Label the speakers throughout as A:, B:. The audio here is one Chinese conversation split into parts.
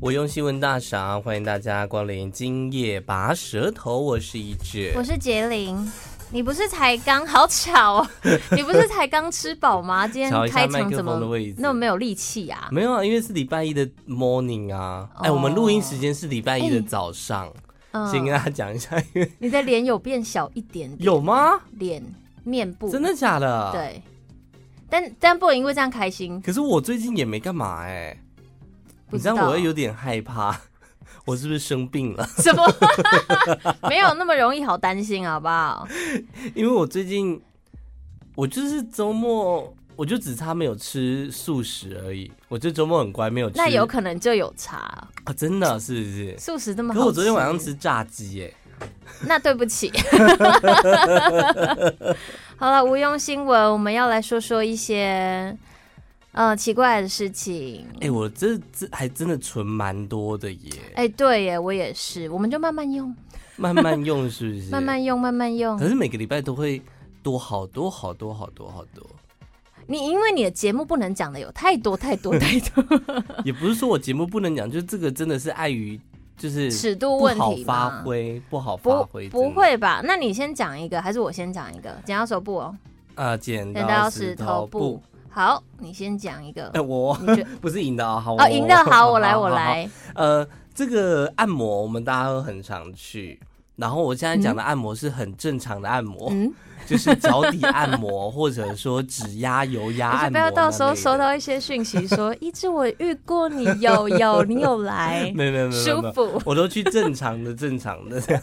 A: 我用新闻大赏，欢迎大家光临。今夜拔舌头，我是一只。
B: 我是杰林。你不是才刚好巧、哦，你不是才刚吃饱吗？今
A: 瞧
B: 天
A: 一下
B: 开
A: 麦
B: 场
A: 克
B: 怎么
A: 风的位置
B: 那么没有力气啊？
A: 没有啊，因为是礼拜一的 morning 啊。哎、
B: 哦
A: 我们录音时间是礼拜一的早上，先跟
B: 嗯，
A: 大家讲一下，因为
B: 你的脸有变小一点点，
A: 有吗？
B: 脸面部
A: 真的假的？。
B: 嗯对，但但不能因为这样开心，
A: 可是我最近也没干嘛哎、
B: 不
A: 你
B: 知
A: 知
B: 道啊
A: 道我会有点害怕， 我是不是生病了？
B: 什么 没有那么容易好担心，好不好？
A: 因为我最近，我就是周末，我就只差没有吃素食而已。我就周末很乖，没有吃。
B: 那有可能就有差，
A: 啊，真的是不是？
B: 素食这么
A: 可
B: 好。
A: 是我昨天晚上，吃炸鸡耶、
B: 那对不起。 好了，无用新闻，我们要来说说一些呃奇怪的事情。
A: 哎、我这这还真的存蛮多的耶，
B: 哎、对耶，我也是，我们就慢慢用，
A: 慢慢用是不是？
B: 慢。慢用，慢慢用
A: 可。是每个礼拜都会多好多好多好多 好多，
B: 你因为你的节目不能讲的有太多 太多太多
A: 也不是说我节目不能讲，就这个真的是碍于就是
B: 尺度
A: 不
B: 问
A: 好
B: 题嘛
A: 发挥，不好发
B: 不
A: 挥，
B: 不
A: 真的
B: 会吧？那你先讲一个，还是我先讲一个？剪刀手布哦，
A: 啊，剪
B: 剪刀
A: 刀
B: 石
A: 石
B: 头
A: 头
B: 布
A: 布。。
B: 好，你先讲一个
A: 哎、。 我
B: 你觉
A: 不是赢的啊，好，
B: 哦，赢的好，我来，我。
A: 好好好
B: 来。
A: 呃，这个按摩我们大家都很常去，然后我现在讲的按摩是很正常的按摩，
B: 嗯，
A: 就是脚底按摩或者说指压、油压
B: 而且
A: 按
B: 不
A: 摩。
B: 要到时候收。到一些讯息说，一直我遇过你，有有，你有来，
A: 没有没有没有没有
B: 舒
A: 没有，
B: 服。
A: 我都去正常的正常的这样。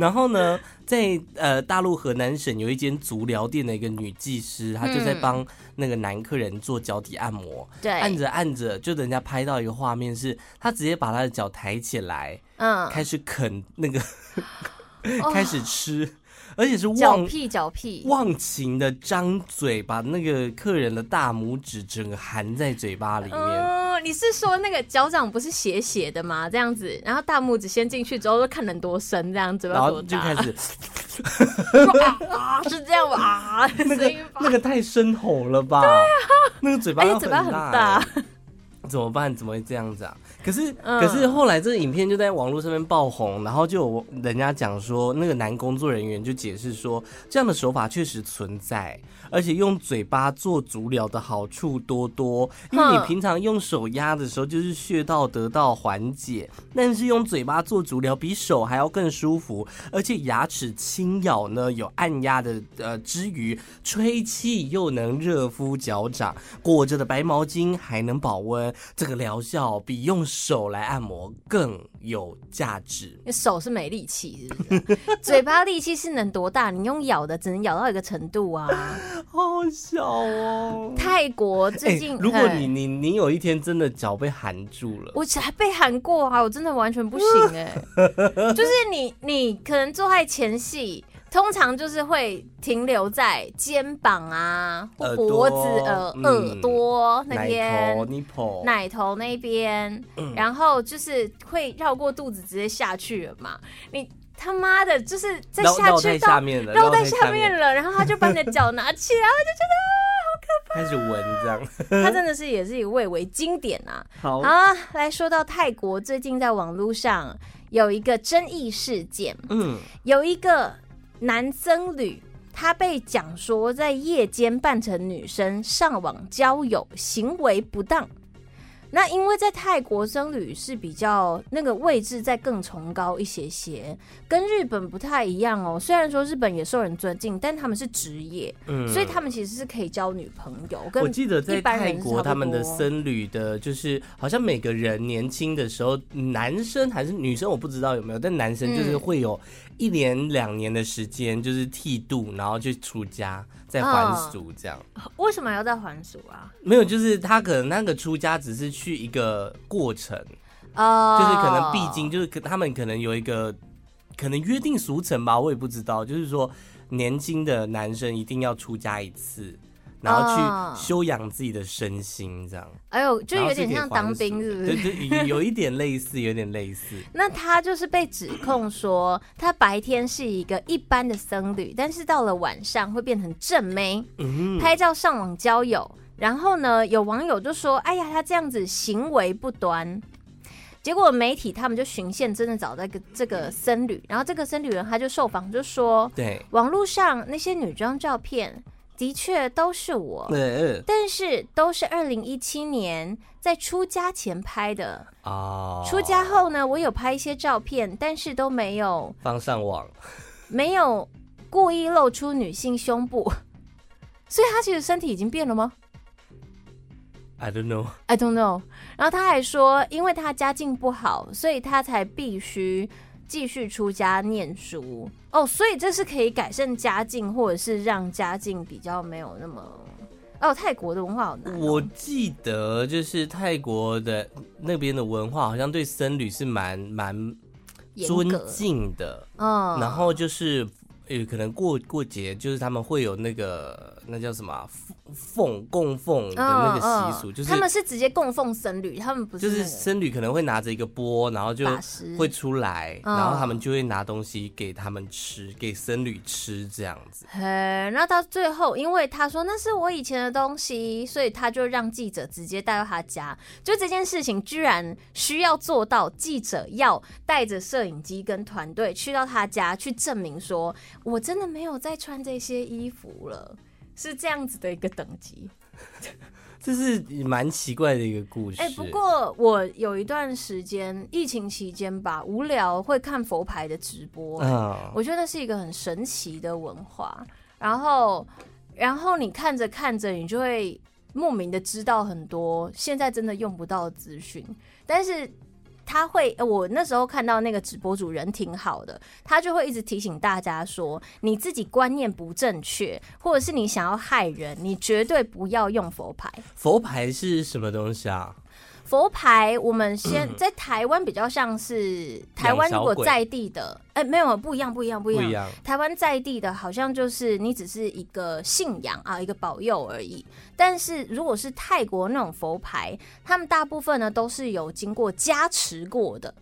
A: 然后呢，在呃大陆河南省有一间足疗店的一个女技师，她就在
B: 嗯
A: 帮那个男客人做脚底按摩，按
B: 对，
A: 着按着就人家拍到一个画面是，她直接把她的脚抬起来，
B: 嗯，
A: 开始啃那个，
B: 哦
A: 开始吃，而且是
B: 脚
A: 忘
B: 屁脚屁，
A: 忘情的张嘴，把那个客人的大拇指整个含在嘴巴里面。
B: 嗯，你是说那个脚掌不是斜斜的吗？这样子，然后大拇指先进去之后，看能多深，这样嘴
A: 然
B: 巴
A: 后
B: 多
A: 就
B: 大
A: 开，始，
B: 说 啊，是这样吧？啊，
A: 那
B: 声
A: 个
B: 音吧
A: 那个太深吼了吧？对啊，那个嘴巴
B: 而且
A: 要
B: 嘴巴
A: 很
B: 很
A: 大
B: 大
A: 欸，怎么办？怎么会这样子啊？可是
B: 嗯
A: 可是后来这个影片就在网络上面爆红，然后就有人家讲说，那个男工作人员就解释说，这样的手法确实存在，而且用嘴巴做足疗的好处多多，因为你
B: 哼
A: 平常用手压的时候就是穴道得到缓解，但是用嘴巴做足疗比手还要更舒服，而且牙齿轻咬呢有按压的呃之余，吹气又能热敷脚掌，裹着的白毛巾还能保温，这个疗效比用手来按摩更有价值。
B: 你手是没力气，是不是？ 嘴巴力气是能多大？你用咬的只能咬到一个程度啊。
A: 好小哦！
B: 泰国最近，
A: 如果
B: 哎
A: 你你你有一天真的脚被含住了，
B: 我还被喊过啊，我真的完全不行哎、就是你你可能做爱前戏。通常就是会停留在肩膀啊、或
A: 耳朵
B: 脖子、呃、
A: 嗯
B: 耳朵那
A: 奶
B: 边、
A: 头、嗯你头，
B: 奶头那边，然后就是会绕过肚子直接下去了嘛。你他妈的，就是再
A: 绕
B: 下
A: 绕
B: 去
A: 在
B: 到
A: 下面了，
B: 绕
A: 绕
B: 在
A: 下
B: 下面了，然后他就把你的脚拿起来，
A: 开始闻这 样，
B: 他真的是也是一位为经典啊。
A: 好
B: 好啊，来说到泰国，最近在网络上有一个争议事件，
A: 嗯，
B: 有一个男僧侣，他被讲说在夜间扮成女生上网交友，行为不当。那因为在泰国僧侣是比较那个位置再更崇高一些些，跟日本不太一样哦。虽然说日本也受人尊敬，但他们是职业，
A: 嗯
B: 所以他们其实是可以交女朋友。跟
A: 我记得
B: 一
A: 在
B: 般
A: 泰
B: 人是
A: 国，
B: 差不
A: 他们的
B: 多
A: 僧侣的，就是好像每个人年轻的时候，男生还是女生，我不知道有没有，但男生就是
B: 嗯
A: 会有一年两年的时间，就是剃度，然后去出家，再还
B: 哦
A: 俗这样。
B: 为什么要再还俗啊？
A: 没有，就是他可能那个出家只是去一个过程，
B: 哦
A: 呃就是可能必经，就是可他们可能有一个可能约定俗成吧，我也不知道，就是说年轻的男生一定要出家一次。然后
B: 哦
A: 去修养自己的身心，这样。
B: 哎呦，就
A: 然后
B: 有
A: 是
B: 点
A: 可以
B: 像
A: 还
B: 当兵，
A: 俗
B: 是不
A: 的
B: 是？
A: 对对，有有一点类似，有点类 似。
B: 那他就是被指 控说，他白天是一个一般的僧侣，但是到了晚上会变成正妹，
A: 嗯，
B: 拍照上网交友。然后呢，有网友就说：“哎呀，他这样子行为不端。”结果媒体他们就循线真的找到一个这个僧侣，然后这个僧侣人他就受访就说，
A: 对，
B: 网络上那些女装照片的确都是我，
A: 呃
B: 但是都是二零一七年在出家前拍的，
A: 啊，
B: 出家后呢，我有拍一些照片，但是都没有
A: 放上网，
B: 没有故意露出女性胸部， 所以他其实身体已经变了吗
A: I don't know，
B: ？I don't know。然后他还说，因为他家境不好，所以他才必须继续出家念书。哦，所以这是可以改善家境，或者是让家境比较没有那么……哦，泰国的文化好难哦、
A: 我记得就是泰国的那边的文化，好像对僧侣是蛮蛮
B: 严
A: 尊
B: 格，
A: 敬的，
B: 嗯，
A: 然后就是呃，可能过过节，就是他们会有那个那叫什么啊奉奉供奉的那个习俗，
B: 嗯嗯
A: 就是
B: 他们是直接供奉僧侣，他们不
A: 就是
B: 那
A: 是
B: 个
A: 僧侣可能会拿着一个钵，然后就
B: 法师
A: 会出来，
B: 嗯
A: 然后他们就会拿东西给他们吃，给僧侣吃这样子。
B: 嘿，那到最后，因为他说那是我以前的东西，所以他就让记者直接带到他家。就这件事情，居然需要做到记者要带着摄影机跟团队去到他家去证明说，我真的没有再穿这些衣服了，是这样子的一个等级。
A: 这是呃蛮奇怪的一个故事。
B: 哎、不过我有一段时间疫情期间吧，无聊会看佛牌的直播、
A: 嗯，
B: 我觉得是一个很神奇的文化。然后，然后你看着看着，你就会莫名的知道很多现在真的用不到的资讯，但是。他会，呃我那时候看到那个直播主人挺好的，他就会一直提醒大家说，你自己观念不正确，或者是你想要害人，你绝对不要用佛牌。
A: 佛牌是什么东西啊？
B: 佛牌，我们先在台湾比较像是台湾如
A: 养小
B: 果
A: 鬼
B: 在地的，哎、没有不一样，不一样，不一
A: 不
B: 样
A: 一，样。
B: 台湾在地的，好像就是你只是一个信仰啊，一个保佑而已。但是如果是泰国那种佛牌，他们大部分呢都是有经过加持过的。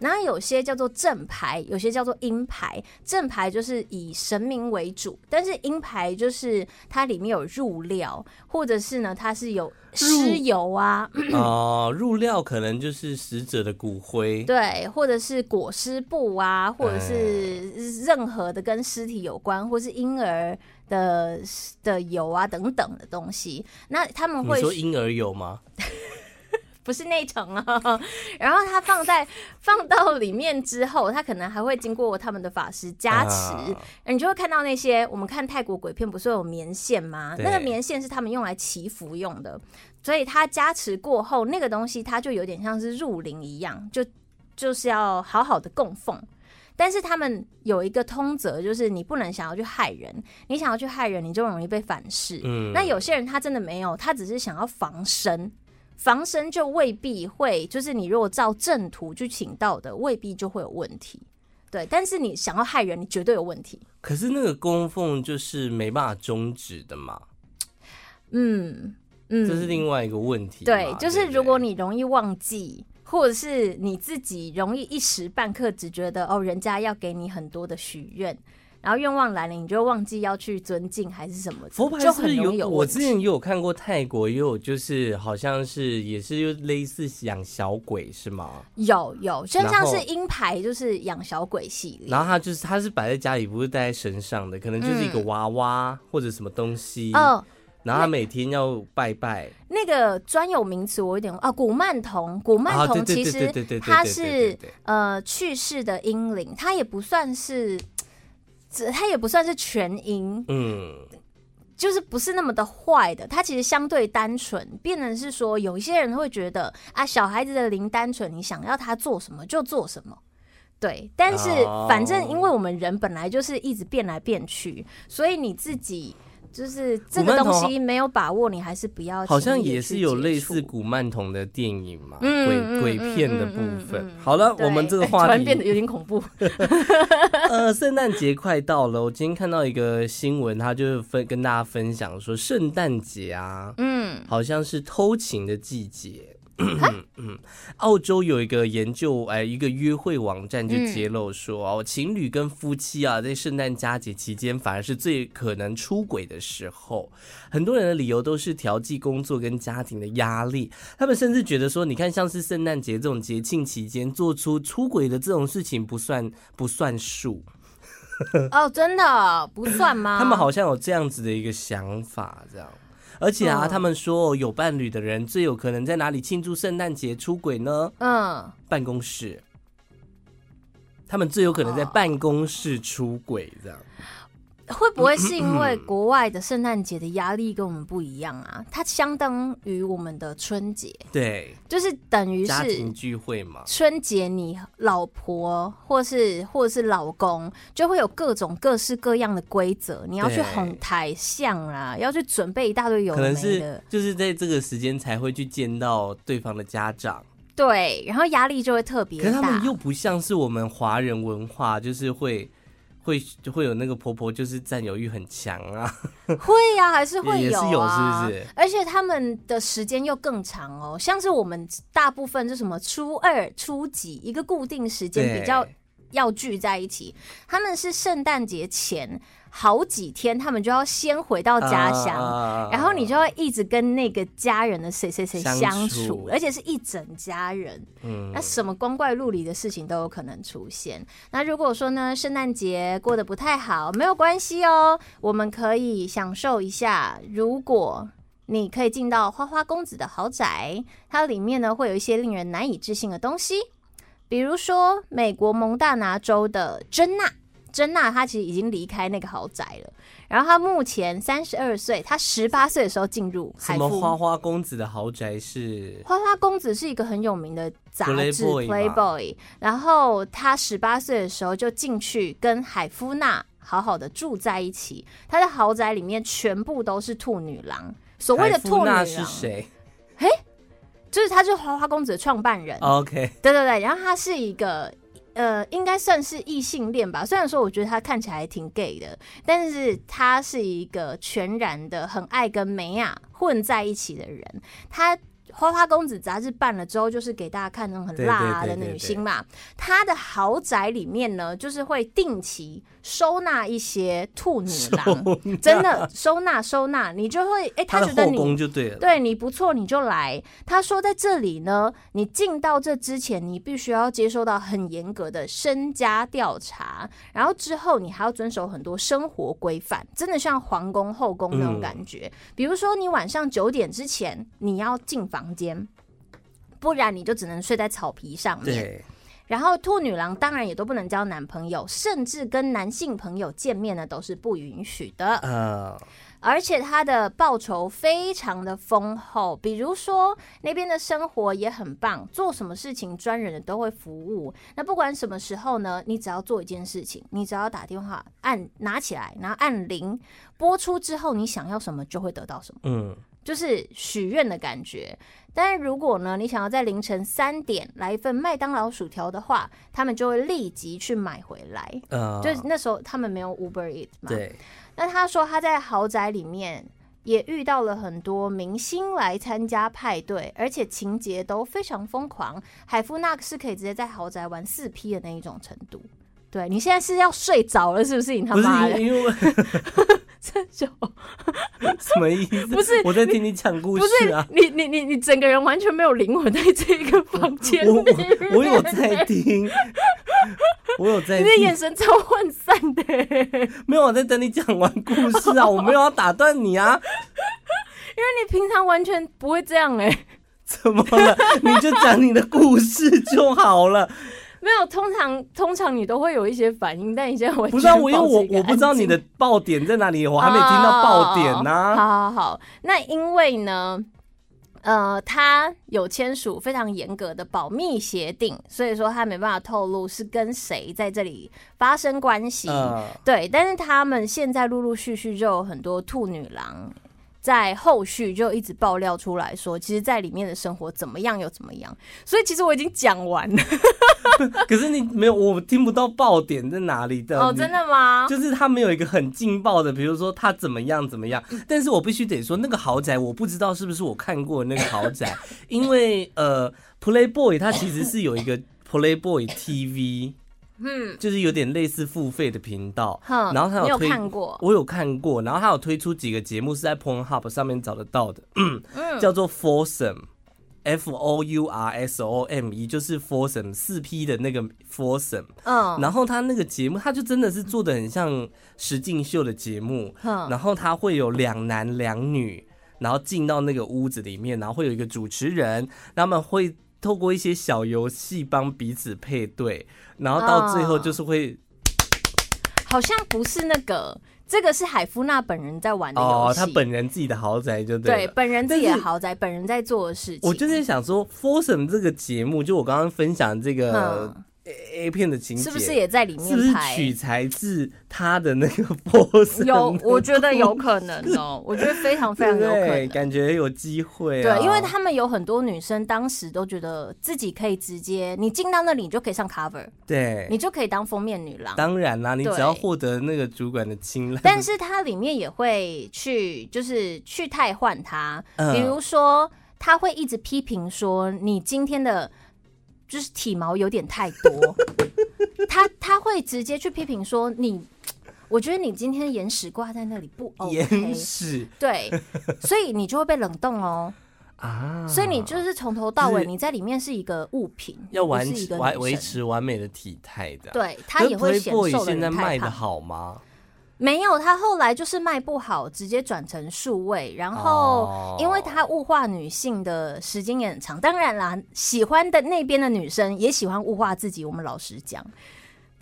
B: 然后有些叫做正牌，有些叫做阴牌。正牌就是以神明为主，但是阴牌就是它里面有入料，或者是呢它是有尸油啊，
A: 哦、入料可能就是死者的骨灰。
B: 对，或者是裹尸布啊，或者
A: 哎
B: 是任何的跟尸体有关，或是婴儿的的油啊等等的东西。那他们
A: 你
B: 会
A: 说婴儿有吗？
B: 不是那层啊，然后它放在放到里面之后，它可能还会经过他们的法师加持，
A: 啊
B: 你就会看到那些我们看泰国鬼片不是有棉线吗？
A: 对
B: 那个棉线是他们用来祈福用的，所以它加持过后，那个东西它就有点像是入灵一样，就就是要好好的供奉。但是他们有一个通则，就是你不能想要去害人，你想要去害人，你就容易被反噬。
A: 嗯
B: 那有些人他真的没有，他只是想要防身，防身就未必会，就是你如果照正途去请到的，未必就会有问题。对，但是你想要害人，你绝对有问题。
A: 可是那个供奉就是没办法终止的嘛，
B: 嗯嗯，
A: 这是另外一个问题嘛。
B: 对，就是
A: 不
B: 如果你容易忘记，或者是你自己容易一时半刻只觉得哦，人家要给你很多的许愿，然后愿望来了，你就会忘记要去尊敬还是什么的，
A: 佛牌
B: 就是
A: 不是
B: 很容易
A: 有，我
B: 问
A: 之
B: 题。
A: 前也有看过泰国，也有就是好像是也是就类似养小鬼是吗？
B: 有有，就像
A: 然后
B: 是鹰牌，就是养小鬼系列。
A: 然后他就是他是摆在家里，不是戴在身上的，可能就是一个
B: 嗯
A: 娃娃或者什么东西，
B: 哦，
A: 然后他每天要拜拜，
B: 那个专有名词我有点忘啊，古曼童，古曼
A: 啊对
B: 童
A: 对
B: 其
A: 对对对
B: 实
A: 对对对
B: 它
A: 对
B: 是
A: 对对
B: 呃去世的英灵，它也不算是，这它也不算是全英，
A: 嗯，
B: 就是不是那么的坏的，它其实相对单纯，变成是说有一些人会觉得啊，小孩子的灵单纯，你想要他做什么就做什么。对，但是
A: 哦
B: 反正因为我们人本来就是一直变来变去，所以你自己就是这
A: 古
B: 个
A: 曼
B: 东
A: 童
B: 西没有把握，你还是不要。
A: 好像也是有类似
B: 古。
A: 古曼童的电影嘛，
B: 嗯嗯
A: 鬼鬼
B: 嗯
A: 片的
B: 嗯
A: 部
B: 嗯
A: 分
B: 嗯。
A: 好了，
B: 对
A: 我们这个话
B: 突然
A: 题
B: 变得有点恐怖。
A: 呃，圣诞节快到了，我今天看到一个新闻，他就是分跟大家分享说，圣诞节啊，
B: 嗯，
A: 好像是偷情的季节。嗯澳洲有一个研究，哎、一个约会网站就揭露说，哦，情侣跟夫妻啊，在圣诞佳节期间反而是最可能出轨的时候。很多人的理由都是调剂工作跟家庭的压力，他们甚至觉得说，你看像是圣诞节这种节庆期间做出出轨的这种事情不算不算数，
B: 哦，真的不算吗？
A: 他们好像有这样子的一个想法，这样。而且啊，
B: 嗯
A: 他们说有伴侣的人最有可能在哪里庆祝圣诞节出轨呢？
B: 嗯，
A: 办公室，他们最有可能在
B: 哦
A: 办公室出轨这样。
B: 会不
A: 嗯
B: 会是因为国外的圣诞节的压力跟我们不一样啊？它相当于我们的春节，
A: 对，
B: 就是等于
A: 家庭
B: 是
A: 聚会嘛，
B: 春节，你老婆或是或是老公就会有各种各式各样的规则，你要去
A: 对
B: 哄抬象啦，要去准备一大堆有
A: 可
B: 的
A: 能
B: 没
A: 是
B: 的，
A: 就是在这个时间才会去见到对方的家长，
B: 对，然后压力就会特
A: 可
B: 别
A: 是他
B: 大
A: 们。又不像是我们华人文化，就是会。会就会有那个婆婆，就是占有欲很强啊，
B: 会啊，还是会
A: 也也
B: 有、
A: 是
B: 啊，
A: 有是不是
B: 而且他们的时间又更长哦，像是我们大部分是什么初二、初几一个固定时间比较
A: 对
B: 要聚在一起，他们是圣诞节前好几天，他们就要先回到家乡。
A: 啊
B: 然后你就会一直跟那个家人的谁谁谁
A: 相
B: 相
A: 处
B: 处，而且是一整家人，
A: 嗯
B: 那什么光怪陆离的事情都有可能出现。那如果说呢，圣诞节过得不太好，没有关系哦，我们可以享受一下。如果你可以进到花花公子的豪宅，它里面呢会有一些令人难以置信的东西，比如说美国蒙大拿州的珍娜。珍娜她其实已经离开那个豪宅了，然后她目前三十二岁，她十八岁的时候进入
A: 什
B: 海
A: 么
B: 夫
A: 花花公子的豪宅是
B: 花花公子是一个很有名的杂志
A: Playboy 嘛
B: Playboy，然后他十八岁的时候就进去跟海夫娜好好的住在一起，他的豪宅里面全部都是兔女郎。所谓的
A: 海
B: 兔
A: 夫
B: 女
A: 娜
B: 郎
A: 是谁
B: 就是他是花花公子的创办人，
A: ？OK，
B: 对对对，然后他是一个。呃，应该算是异性恋吧。虽然说我觉得他看起来挺 gay 的，但是他是一个全然的很爱跟美亚混在一起的人。他《花花公子》杂志办了之后，就是给大家看那种很
A: 对
B: 辣啊
A: 对
B: 的
A: 对对
B: 女星嘛。他的豪宅里面呢，就是会定期收纳一些兔女 郎，真的收纳收纳，你就会哎、
A: 他 的
B: 他觉得
A: 后
B: 你
A: 宫就对了，
B: 对你不错，你就来。他说在这里呢，你进到这之前，你必须要接受到很严格的身家调查，然后之后你还要遵守很多生活规范，真的像皇宫后宫那种感觉。比如说，你晚上九点之前你要进房间，不然你就只能睡在草皮上面。
A: 对，
B: 然后兔女郎当然也都不能交男朋友，甚至跟男性朋友见面呢都是不允许的。
A: 呃，
B: 而且他的报酬非常的丰厚，比如说那边的生活也很棒，做什么事情专人的都会服务。那不管什么时候呢，你只要做一件事情，你只要打电话按拿起来，然后按铃，播出之后你想要什么就会得到什么。
A: 嗯，
B: 就是许愿的感觉。但是如果呢，你想要在凌晨三点来一份麦当劳薯条的话，他们就会立即去买回来。
A: 呃，
B: 就是那时候他们没有 Uber Eat 嘛，
A: 对，
B: 那他说他在豪宅里面也遇到了很多明星来参加派对，而且情节都非常疯狂。海夫纳是可以直接在豪宅玩四 P 的那一种程度。对你现在是要睡着了是不是？你他
A: 不是
B: 啊妈的，
A: 因为
B: 这 就
A: 什么意思？
B: 不是
A: 我在听你讲故
B: 不是
A: 事啊，
B: 你你你你整个人完全没有灵魂在这一个房间
A: 我
B: 里
A: 我我有在听， 我有在
B: 你的
A: 听
B: 眼，神超涣散的、欸
A: 没有我在等你讲完故事啊，我没有要打断你啊，
B: 你平常完全不会这样哎、
A: 怎么 了？你就讲你的故事就好了。
B: 没有，通常通常你都会有一些反应，但你现在完全
A: 不是啊，我因为
B: 保持
A: 我
B: 一个
A: 我不知道
B: 安静
A: 你的爆点在哪里，我还没听到爆点呢、啊
B: 哦好好好，那因为呢，呃，他有签署非常严格的保密协定，所以说他没办法透露是跟谁在这里发生关系。
A: 呃，
B: 对，但是他们现在陆陆续续就有很多兔女郎。在后续就一直爆料 出来说，其实，在里面的生活怎么样又怎么样，所以其实我已经讲完了，
A: 可是你没有，我听不到爆点在哪里的。
B: 哦，
A: 你
B: 真的吗？
A: 嗯就是他没有一个很劲爆的，比如说他怎么样怎么 样。但是我必须得说，那个豪宅我不知道是不是我看过的那个豪宅， 因为呃，Playboy 它其实是有一个 Playboy TV，
B: 嗯，
A: 就是有点类似付费的频道，
B: 哼，
A: 然后它
B: 你有
A: 推。
B: 看过？
A: 我有看过，然后它有推出几个节目是在 Pornhub 上面找得到的，
B: 嗯
A: 叫做 Foursome。F O U R S O M E 就是 foursome 四 P 的那个 foursome，
B: 嗯，
A: 然后他那个节目，他就真的是做的很像实境秀的节目，
B: 哼，
A: 然后他会有两男两女，然后进到那个屋子里面，然后会有一个主持人，他们会透过一些小游戏帮彼此配对，然后到
B: 哦
A: 最后就是会
B: 好像不是那个，这个是海夫纳本人在玩的
A: 哦
B: 游戏。
A: 他本人自己的豪宅就对
B: 对
A: 了。
B: 本人自己的
A: 但是
B: 豪宅，本人在做的事情。
A: 我就在想
B: 嗯
A: 说 f o r s o m 这个节目，就我刚刚分享这个
B: 嗯
A: A A 片的情节，
B: 是不是也在里
A: 是不是
B: 面拍？
A: 取材自他的那个 f o r s o m
B: 有，我觉得有可能哦，我觉得非常非常有可
A: 对，
B: 能。
A: 感觉有机会、啊。
B: 对，因为他们有很多女生当时都觉得自己可以直接，你进到那里你就可以上 cover，
A: 对，
B: 你就可以当封面女郎。
A: 当然啦，你
B: 对
A: 只要获得那个主管的青睐，
B: 但是它里面也会去，就是去汰换他，
A: 嗯
B: 比如说他会一直批评说你今天的就是体毛有点太多， 他他会直接去批评说你，我觉得你今天眼屎挂在那里不 OK，
A: 眼屎
B: 对，所以你就会被冷冻哦，
A: 啊，
B: 所以你就是从头到尾
A: 就是
B: 你在里面是一个物品，
A: 要
B: 完
A: 完
B: 是一个
A: 完
B: 女
A: 维
B: 生。
A: 持完美的体态的。，啊
B: 对他也会显
A: Playboy
B: 瘦的
A: 现
B: 人
A: 在
B: 太
A: 卖的
B: 胖，
A: 好吗？
B: 没有，他后来就是卖不好，直接转成数位，然后
A: 哦
B: 因为他物化女性的时间也很长，当然啦，喜欢的那边的女生也喜欢物化自己，我们老实讲，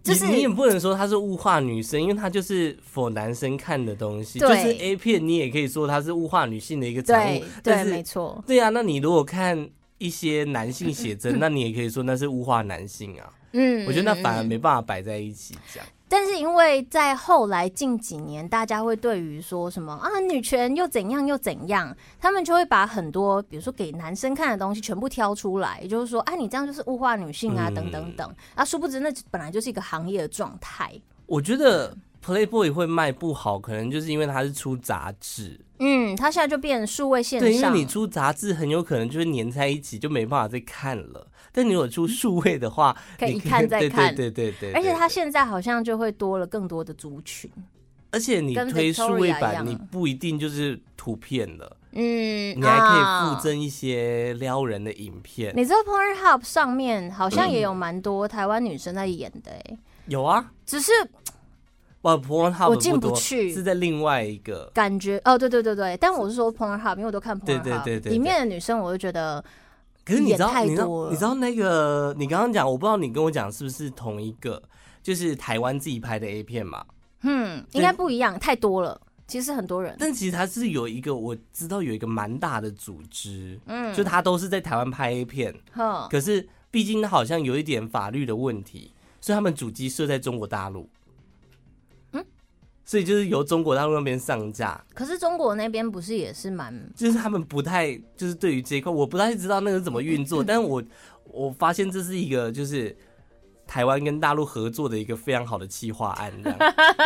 B: 就是
A: 你你也不能说它是物化女生，因为它就是否男生看的东西，就
B: 对
A: 是 A 片，你也可以说它是物化女性的一个产物
B: 对。对，
A: 但
B: 没
A: 是
B: 错，
A: 对啊，那你如果看一些男性写 真，那你也可以说那是物化男性啊。
B: 嗯，
A: 我觉得那反而
B: 嗯
A: 没办法摆在一起讲。
B: 但是因为在后来近几年，大家会对于说什么啊女权又怎样又怎样，他们就会把很多比如说给男生看的东西全部挑出来，也就是说啊你这样就是物化女性啊
A: 嗯
B: 等等等啊，殊不知那本来就是一个行业的状态。
A: 我觉得 Playboy 会卖不好，可能就是因为它是出杂志。
B: 嗯，它现在就变成数位线
A: 对，因为
B: 上，
A: 你出杂志，很有可能就会粘在一起，就没办法再看了。但你如果出数位的话，
B: 可以
A: 你
B: 一看再看
A: 对对对对对。
B: 而且它
A: 对
B: 现在好像就会多了更多的族群。
A: 而且你
B: 跟
A: 推数位
B: Victoria 一
A: 版，
B: 样
A: 你不一定就是图片了，
B: 嗯，
A: 你还可以
B: 啊
A: 附赠一些撩人的影片。
B: 嗯你知道 Pornhub 上面好像也有蛮多台湾女生在演的、欸，
A: 有啊，
B: 只是
A: 哇，Pornhub
B: 我进
A: 不
B: 不
A: 多
B: 去
A: 是在另外一个。
B: 感觉哦，对对对对，但我是说 Pornhub，因为我都看 Pornhub，
A: 对对对对对
B: 里面的女生我就觉得
A: 可是你知道
B: 演，太
A: 你知
B: 多
A: 道，
B: 了
A: 你知道那个，你刚刚讲，我不知道你跟我讲是不是同一个，就是台湾自己拍的 A 片嘛？
B: 嗯，
A: 对
B: 应该不一样，太多了。其实很多人，
A: 但其实它是有一个，我知道有一个蛮大的组织，
B: 嗯，
A: 就它都是在台湾拍 A 片，
B: 哼，
A: 可是毕竟它好像有一点法律的问题，所以他们主机设在中国大陆。
B: 嗯
A: 所以就是由中国大陆那边上架，
B: 可是中国那边不是也是蛮
A: 就是他们不太就是对于这一块，我不太知道那个是怎么运 作，但是我我发现这是一个就是台湾跟大陆合作的一个非常好的企划案，这样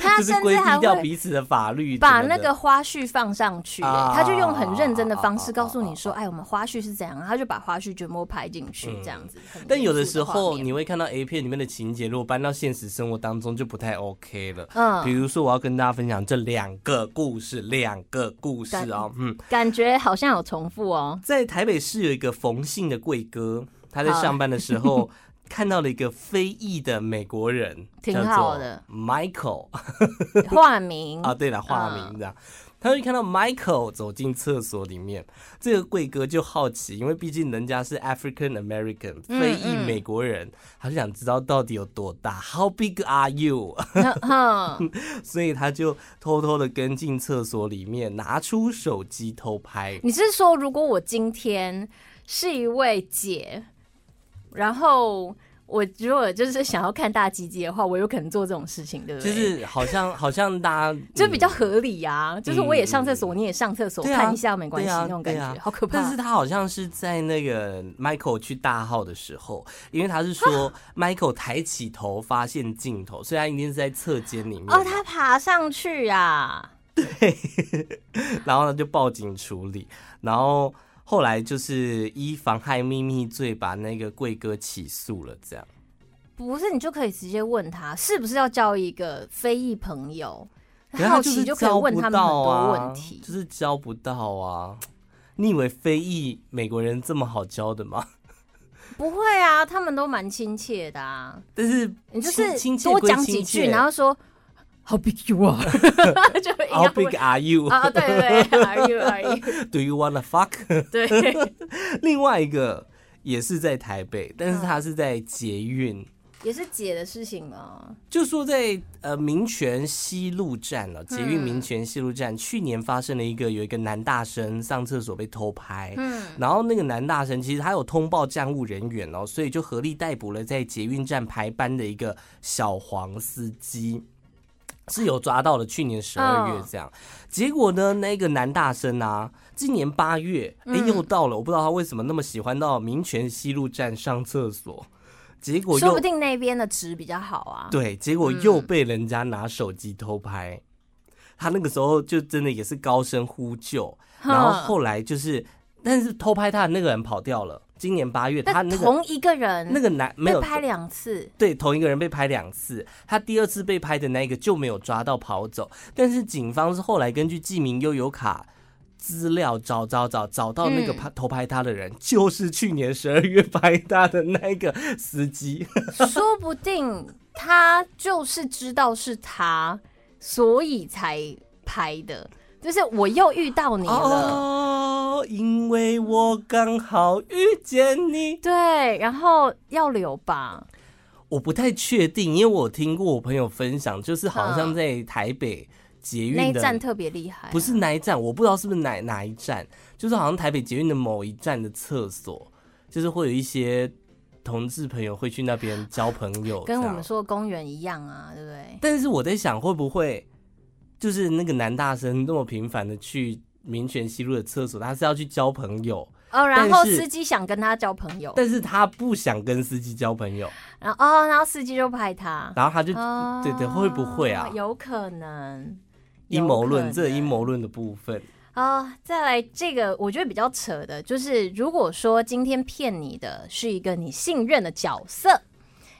B: 他
A: 就是
B: 甚
A: 规
B: 至还
A: 避掉
B: 会
A: 彼此的法律什么的，
B: 把那个花絮放上去、
A: 啊
B: 他就用很认真的方式告诉你说，哎，我们花絮是怎样，他就把花絮全部拍进去
A: 嗯
B: 这样子。很
A: 但有的
B: 严肃
A: 时
B: 的画
A: 候
B: 面
A: 你会看到 A 片里面的情节，如果搬到现实生活当中就不太 OK 了。比
B: 嗯，
A: 如说，我要跟大家分享这两个故事，两个故事啊、嗯，
B: 感觉好像有重复哦。
A: 在台北市有一个冯姓的贵哥，他在上班的时候 看到了一个非裔的美国人，
B: 挺
A: 叫做
B: 好的
A: Michael
B: 化名
A: 啊，对了，化
B: 嗯
A: 名这样。他就看到 Michael 走进厕所里面，这个贵哥就好奇，因为毕竟人家是 African American
B: 嗯
A: 非裔
B: 嗯
A: 美国人，他就想知道到底有多大，How big are you？
B: 嗯哼，
A: 所以他就偷偷的跟进厕所里面，拿出手机偷拍。
B: 你是说，如果我今天是一位姐，然后我如果就是想要看大鸡鸡的话，我有可能做这种事情，对不
A: 就
B: 对？
A: 是好像好像大家
B: 就比较合理啊，就是我也上厕所，你也上厕所，
A: 对啊
B: 看一下没关系、
A: 对啊
B: 那种感觉，
A: 对啊
B: 好可怕。
A: 但是他好像是在那个 Michael 去大号的时候，因为他是
B: 啊
A: 说 Michael 抬起头发现镜头，所以他一定是在侧间里面。
B: 哦，他爬上去啊，
A: 然后呢就报警处理，然后后来就是依妨害秘密罪把那个贵哥起诉了，这样。
B: 不是你就可以直接问他是不是要交一个非裔朋友？
A: 可是啊
B: 好
A: 他就
B: 奇
A: 是
B: 就可以
A: 交
B: 问
A: 不
B: 他们很
A: 到
B: 多
A: 啊，
B: 问题。
A: 就是交不到啊。你以为非裔美国人这么好教的吗？
B: 不会啊，他们都蛮亲切的啊。
A: 但是
B: 你就
A: 亲
B: 是
A: 亲切
B: 多
A: 归
B: 讲
A: 亲
B: 几句，
A: 切
B: 然后说 How big you are，就 应该
A: How
B: 会
A: big are you?
B: 啊，对对对，Are you Are you？
A: Do you wanna fuck?
B: 对，
A: 另外一个也是在台北，但是他是在捷运，
B: 也是姐的事情哦。
A: 就说在呃民权西路站了、捷
B: 嗯
A: 运民权西路站，去年发生了一个有一个男大生上厕所被偷拍，
B: 嗯，
A: 然后那个男大神其实他有通报站务人员哦，所以就合力逮捕了在捷运站排班的一个小黄司机。是有抓到了，去年十二月
B: 嗯
A: 这样。结果呢，那个男大生啊，今年八月，
B: 嗯
A: 哎、又到了，我不知道他为什么那么喜欢到民权西路站上厕所，结果
B: 说
A: 又
B: 不定那边的值比较好啊。
A: 对，结果又被人家拿手机偷拍。他那个时候就真的也是高声呼救，
B: 哼
A: 然后后来就是，但是偷拍他的那个人跑掉了。今年八月，他
B: 但
A: 那个
B: 同一个人
A: 那个男没
B: 被
A: 有
B: 拍两次，
A: 对同一个人被拍两次，他第二次被拍的那个就没有抓到跑走，但是警方是后来根据记名悠游卡。资料找找找找到那个
B: 嗯
A: 拍偷拍他的人，就是去年十二月拍他的那个司机。
B: 说不定他就是知道是他，所以才拍的。就是我又遇到你了。
A: 哦，因为我刚好遇见你。
B: 对，然后要留吧，
A: 我不太确定，因为我听过我朋友分享，就是好像在台北捷
B: 那
A: 运
B: 一
A: 的，
B: 站特别厉害啊、
A: 不是哪一站，我不知道是不是哪哪一站，就是好像台北捷运的某一站的厕所，就是会有一些同志朋友会去那边交朋友，
B: 跟
A: 这
B: 我
A: 样
B: 们。说的公园一样啊，对不对？
A: 但是我在想，会不会就是那个男大生那么频繁的去民权西路的厕所，他是要去交朋友？
B: 哦，然
A: 但
B: 后
A: 是
B: 司机想跟他交朋友，
A: 但是他不想跟司机交朋友，
B: 然后哦，然后司机就拍他，
A: 然后他就、
B: 哦，
A: 对对，会不会啊？
B: 有可能
A: 阴谋论，
B: 有可能啊
A: 这阴谋论的部分，
B: 哦。再来这个，我觉得比较扯的，就是如果说今天骗你的是一个你信任的角色。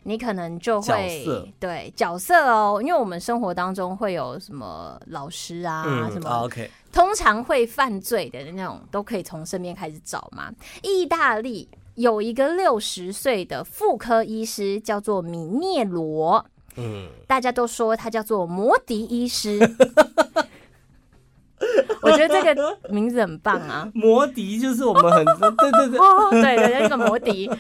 B: 你可能就会
A: 角色
B: 对角色哦，因为我们生活当中会有什么老师啊，
A: 嗯
B: 什么
A: 啊，OK，
B: 通常会犯罪的那种，都可以从身边开始找嘛。意大利有一个六十岁的妇科医师，叫做米涅罗，
A: 嗯，
B: 大家都说他叫做摩迪医师。我觉得这个名字很棒啊！
A: 摩迪就是我们很 对对对，
B: 哦，对对，那个摩迪，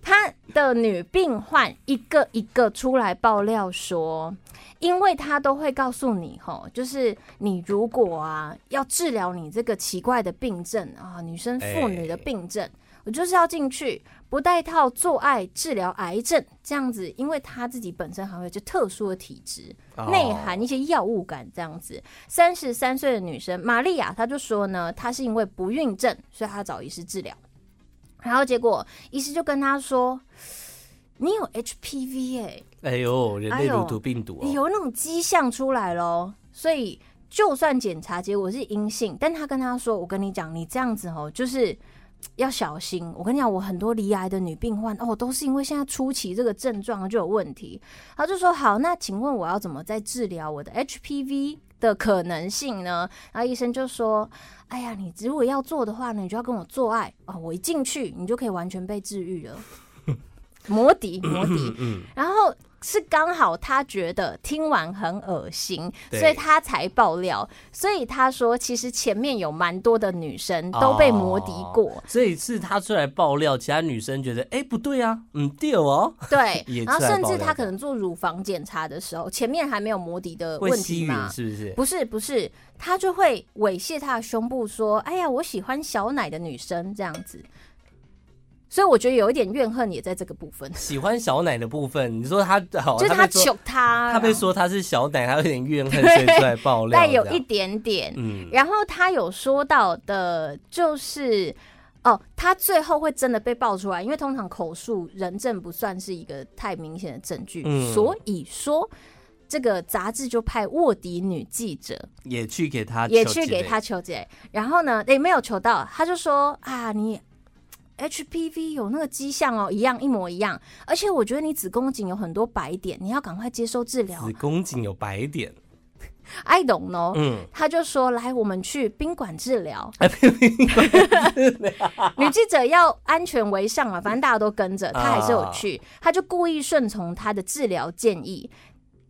B: 他的女病患一个一个出来爆料说，因为他都会告诉你，吼，就是你如果啊要治疗你这个奇怪的病症啊，女生妇女的病症，我就是要进去。不戴套做爱治疗癌症这样子，因为他自己本身还会有就特殊的体质，内含一些药物感这样子。三十三岁的女生玛利亚，她就说呢，她是因为不孕症，所以她找医师治疗。然后结果医师就跟她说：“你有 HPV 哎、
A: 哎呦，人类乳头病毒哦，
B: 你哎有那种迹象出来咯，所以就算检查结果是阴性，但他跟她说：“我跟你讲，你这样子哦，就是。”要小心！我跟你讲，我很多罹癌的女病患哦，都是因为现在初期这个症状就有问题。他就说：“好，那请问我要怎么再治疗我的 HPV 的可能性呢？”然后医生就说：“哎呀，你如果要做的话呢，你就要跟我做爱啊、哦！我一进去，你就可以完全被治 愈了。”摩迪，摩迪，
A: 嗯
B: 然后是刚好他觉得听完很恶心，
A: 对
B: 所以他才爆料。所以他说，其实前面有蛮多的女生都被摩迪过，
A: 哦所以是他出来爆料，其他女生觉得哎不对啊，嗯对哦，
B: 对
A: 也，
B: 然后
A: 出来
B: 甚
A: 爆
B: 至
A: 料的
B: 他可能做乳房检查的时候，前面还没有摩迪的
A: 会
B: 问
A: 吸
B: 题
A: 吮
B: 嘛。
A: 是不是？
B: 不是不是，他就会猥亵他的胸部，说：“哎呀，我喜欢小奶的女生这样子。”所以我觉得有一点怨恨也在这个部分，
A: 喜欢小奶的部分，你说他好，
B: 就是
A: 哦他
B: 他
A: 被说
B: 求他，
A: 他被说他是小奶，他有点怨恨，所以出来爆料，
B: 带有
A: 这
B: 一
A: 样
B: 点点。
A: 嗯，
B: 然后他有说到的就是。哦，他最后会真的被爆出来，因为通常口述人证不算是一个太明显的证据，
A: 嗯
B: 所以说这个杂志就派卧底女记者
A: 也去给他
B: 也
A: 啊求
B: 去
A: 之
B: 给
A: 类
B: 他求解，然后呢，也没有求到，他就说啊，你 HPV 有那个迹象哦，一样一模一样，而且我觉得你子宫颈有很多白点，你要赶快接受治疗
A: 子。宫颈有白点，
B: I don't know，、
A: 嗯，
B: 他就说来，我们去宾馆治疗。
A: 哎
B: 女记者要安全为上嘛，反正大家都跟着，他还是有
A: 啊
B: 去，他就故意顺从他的治疗建议。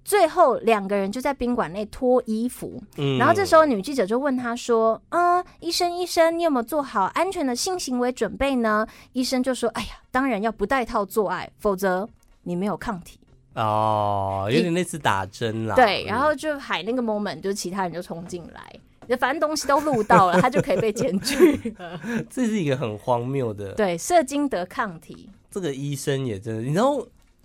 B: 最后两个人就在宾馆内脱衣服，
A: 嗯
B: 然后这时候女记者就问他说：“嗯，医生，医生，你有没有做好安全的性行为准备呢？”医生就说：“哎呀，当然要不带套做爱，否则你没有抗体。
A: 哦，有点类似打针啦，
B: 对，
A: 嗯
B: 然后就海那个 moment，就其他人就冲进来，反正东西都录到 了，他就可以被检举。
A: 这是一个很荒谬的，
B: 对，射精得抗体，
A: 这个医生也真的，你知道。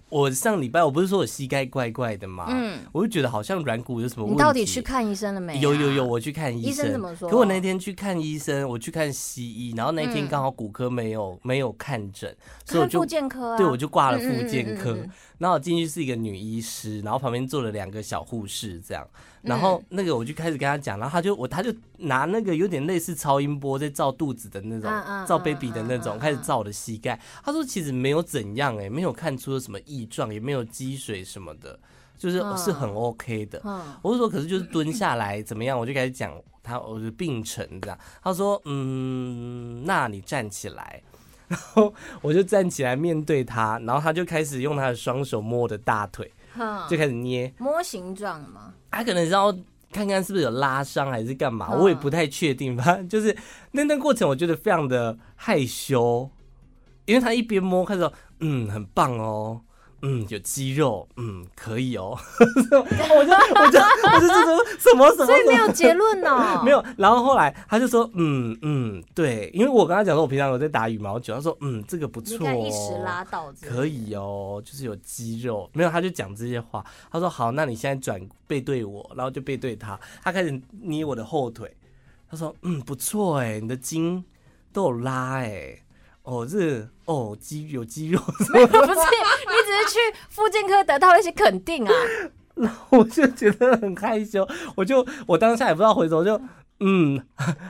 A: 我上礼拜我不是说我膝盖怪怪的吗？
B: 嗯
A: 我就觉得好像软啊骨有什么问
B: 你
A: 题。
B: 到底去看医生了没啊、
A: 有有有，我去看医生。
B: 医生怎么说嗯
A: 可我那天去看医生，我去看西医，然后那天刚好骨科没有、没有看诊，所以我
B: 看
A: 就
B: 妇健科啊？
A: 对我就挂了
B: 嗯嗯
A: 复健科。
B: 嗯嗯嗯
A: 然后我进去是一个女医师，然后旁边坐了两个小护士这样。然
B: 嗯
A: 后那个我就开始跟他讲，然后他就我他就拿那个有点类似超音波在照肚子的那种，
B: 嗯嗯
A: 照
B: 嗯
A: baby 的那种，
B: 嗯嗯
A: 开始照我的膝盖。他说其实没有怎样哎、没有看出有什么异状，也没有积水什么的，就是、哦
B: 嗯
A: 是很 OK 的。
B: 嗯，
A: 我就说，可是就是蹲下来怎么样？我就开始讲他我的病程这样。他说，嗯，那你站起来。然后我就站起来面对他，然后他就开始用他的双手摸我的大腿，
B: 嗯
A: 就开始捏。
B: 摸形状嘛，
A: 他可能是要看看是不是有拉伤还是干嘛，
B: 嗯
A: 我也不太确定。反正就是那段过程，我觉得非常的害羞，因为他一边摸，开始说，嗯，很棒哦。嗯，有肌肉，嗯，可以哦。 我就我就我就这种什么什么，。
B: 所以没有结论哦
A: 没有，然后后来他就说，嗯嗯，对，因为我跟他讲说，我平常有在打羽毛球，他说，嗯，这个不
B: 你
A: 错、
B: 看一时
A: 哦，
B: 拉到
A: 可以哦，就是有肌肉，没有，他就讲这些话，他说好，那你现在转背对我，然后就背对他，他开始捏我的后腿，他说，嗯，不错哎，你的筋都有拉哎，哦，这哦肌有肌肉，
B: 没有， 不是，你只是去复健科得到一些肯定啊。
A: 我就觉得很害羞，我就我当下也不知道回头就嗯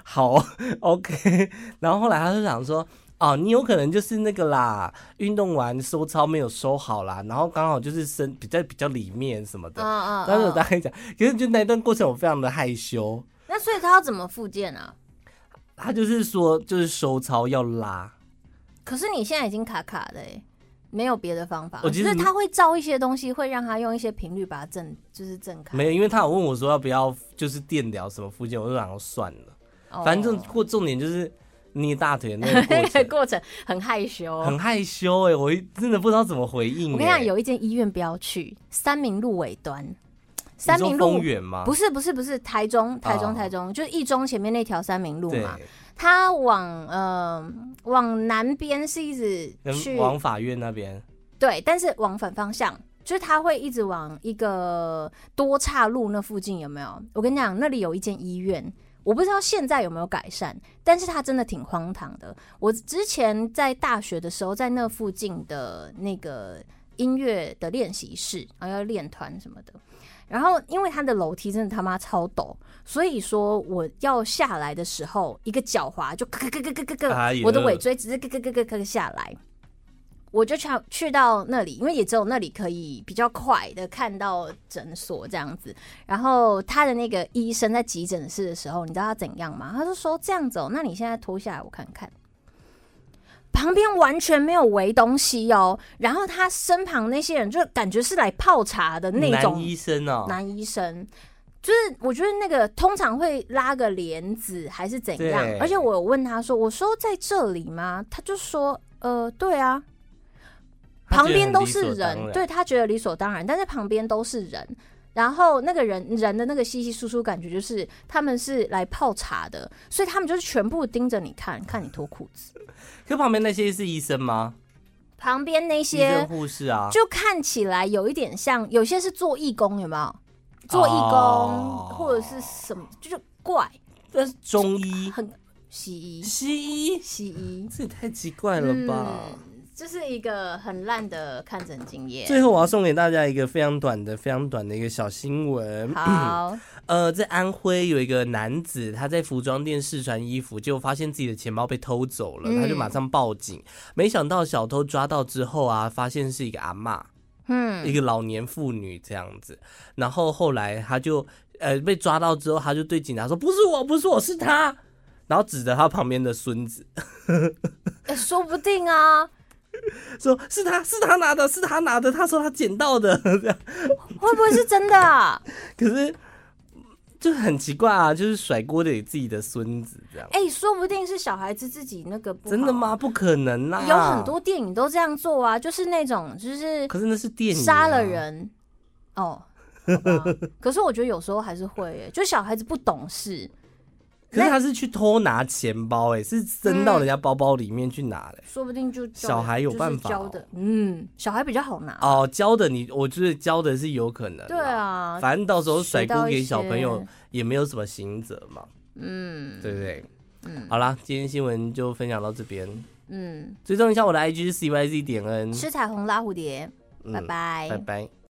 A: 好 OK，然后后来他就想说。哦，你有可能就是那个啦，运动完收操没有收好啦，然后刚好就是身比较比较里面什么的。
B: 嗯
A: 当时我大概讲，可是就那一段过程我非常的害羞。
B: 那所以他要怎么复健啊？
A: 他就是说，就是收操要拉，
B: 可是你现在已经卡卡的、欸，没有别的方法。
A: 我哦其实
B: 就是他会照一些东西，会让他用一些频率把它震，就是震开。
A: 没有，因为他有问我说要不要就是电疗什么附件，我就想说算了，
B: 哦
A: 反 正过重点就是捏大腿的那个过
B: 那
A: 程
B: 个。过程很害羞。
A: 很害羞哎、我一真的不知道怎么回应、欸。
B: 我跟你讲，有一间医院不要去，三明路尾端，
A: 你
B: 三
A: 说
B: 明
A: 丰
B: 路。
A: 原吗？
B: 不是不是不是，台中台中
A: 哦
B: 台中，就是一中前面那条三明路
A: 对
B: 嘛。，他往呃往南边是一直
A: 跟
B: 去
A: 王法院那边
B: 对，但是往反方向，就是他会一直往一个多岔路那附近有没有？我跟你讲，那里有一间医院。我不知道现在有没有改善，但是它真的挺荒唐的。我之前在大学的时候，在那附近的那个音乐的练习室，然后要练团什么的。然后因为它的楼梯真的他妈超陡，所以说我要下来的时候，一个脚滑就咯咯咯咯咯咯
A: 哎
B: 咯，
A: 呦
B: 我的尾椎直接咯咯咯咯咯下来。我就去去到那里，因为也只有那里可以比较快的看到诊所这样子。然后他的那个医生在急诊室的时候，你知道他怎样吗？他就说这样子哦，那你现在脱下来我看看。旁边完全没有围东西哦，然后他身旁那些人就感觉是来泡茶的那
A: 男
B: 种
A: 医生哦、
B: 男医生，就是我觉得那个通常会拉个帘子还是怎样
A: 对，
B: 而且我有问他说：“我说在这里吗？”他就说：“呃，对啊，
A: 他
B: 旁
A: 觉得很
B: 边都
A: 理所
B: 是
A: 当然
B: 人，对他觉得理所当然，但是旁边都是人。”然后那个人人的那个稀稀疏疏感觉就是他们是来泡茶的，所以他们就是全部盯着你看，看你脱裤子。
A: 可旁边那些是医生吗？
B: 旁边那
A: 医生
B: 些
A: 护士啊，
B: 就看起来有一点像，有些是做义工，有没有？做义工、
A: 哦
B: 或者是什么，就是怪
A: 那是中医、
B: 很西医，
A: 西医，
B: 西医
A: 这也太奇怪了吧？
B: 嗯，这是一个很烂的看诊经验。
A: 最后，我要送给大家一个非常短的、非常短的一个小新闻。
B: 好，
A: 呃，在安徽有一个男子，他在服装店试穿衣服，结果发现自己的钱包被偷走了，
B: 嗯
A: 他就马上报警。没想到小偷抓到之后啊，发现是一个阿嬷，一
B: 嗯，
A: 个老年妇女这样子。然后后来他就呃被抓到之后，他就对警察说：“不是我，不是我，是他。”然后指着他旁边的孙子
B: 呃说不定啊，
A: 说：“是他是他拿的，是他拿的。”他说他捡到的。这样
B: 会不会是真的啊？
A: 可是就很奇怪啊，就是甩锅给自己的孙子这样。
B: 哎、说不定是小孩子自己那个不好
A: 真的？吗？不可能啊啦、
B: 有很多电影都这样做啊，就是那种就是
A: 可是那是电影、啊，
B: 杀了。人哦。好 吧可是我觉得有时候还是会、欸，就小孩子不懂事，
A: 可是他是去偷拿钱包、哎，是伸到
B: 嗯
A: 人家包包里面去拿的、欸
B: 说不定就教
A: 小孩有
B: 就是
A: 办法哦
B: 教的，嗯，小孩比较好拿，
A: 哦，教的你，我觉得教的是有可能啦。
B: 对啊，
A: 反正到时候甩锅给小朋
B: 学到
A: 友
B: 一些
A: 也没有什么刑责嘛，
B: 嗯
A: 对不对？
B: 嗯
A: 好啦，今天新闻就分享到这边，
B: 嗯，
A: 追踪一下我的 IG 是 CYZ 点 N，
B: 吃彩虹拉蝴蝶，拜
A: 嗯，
B: 拜
A: 拜拜。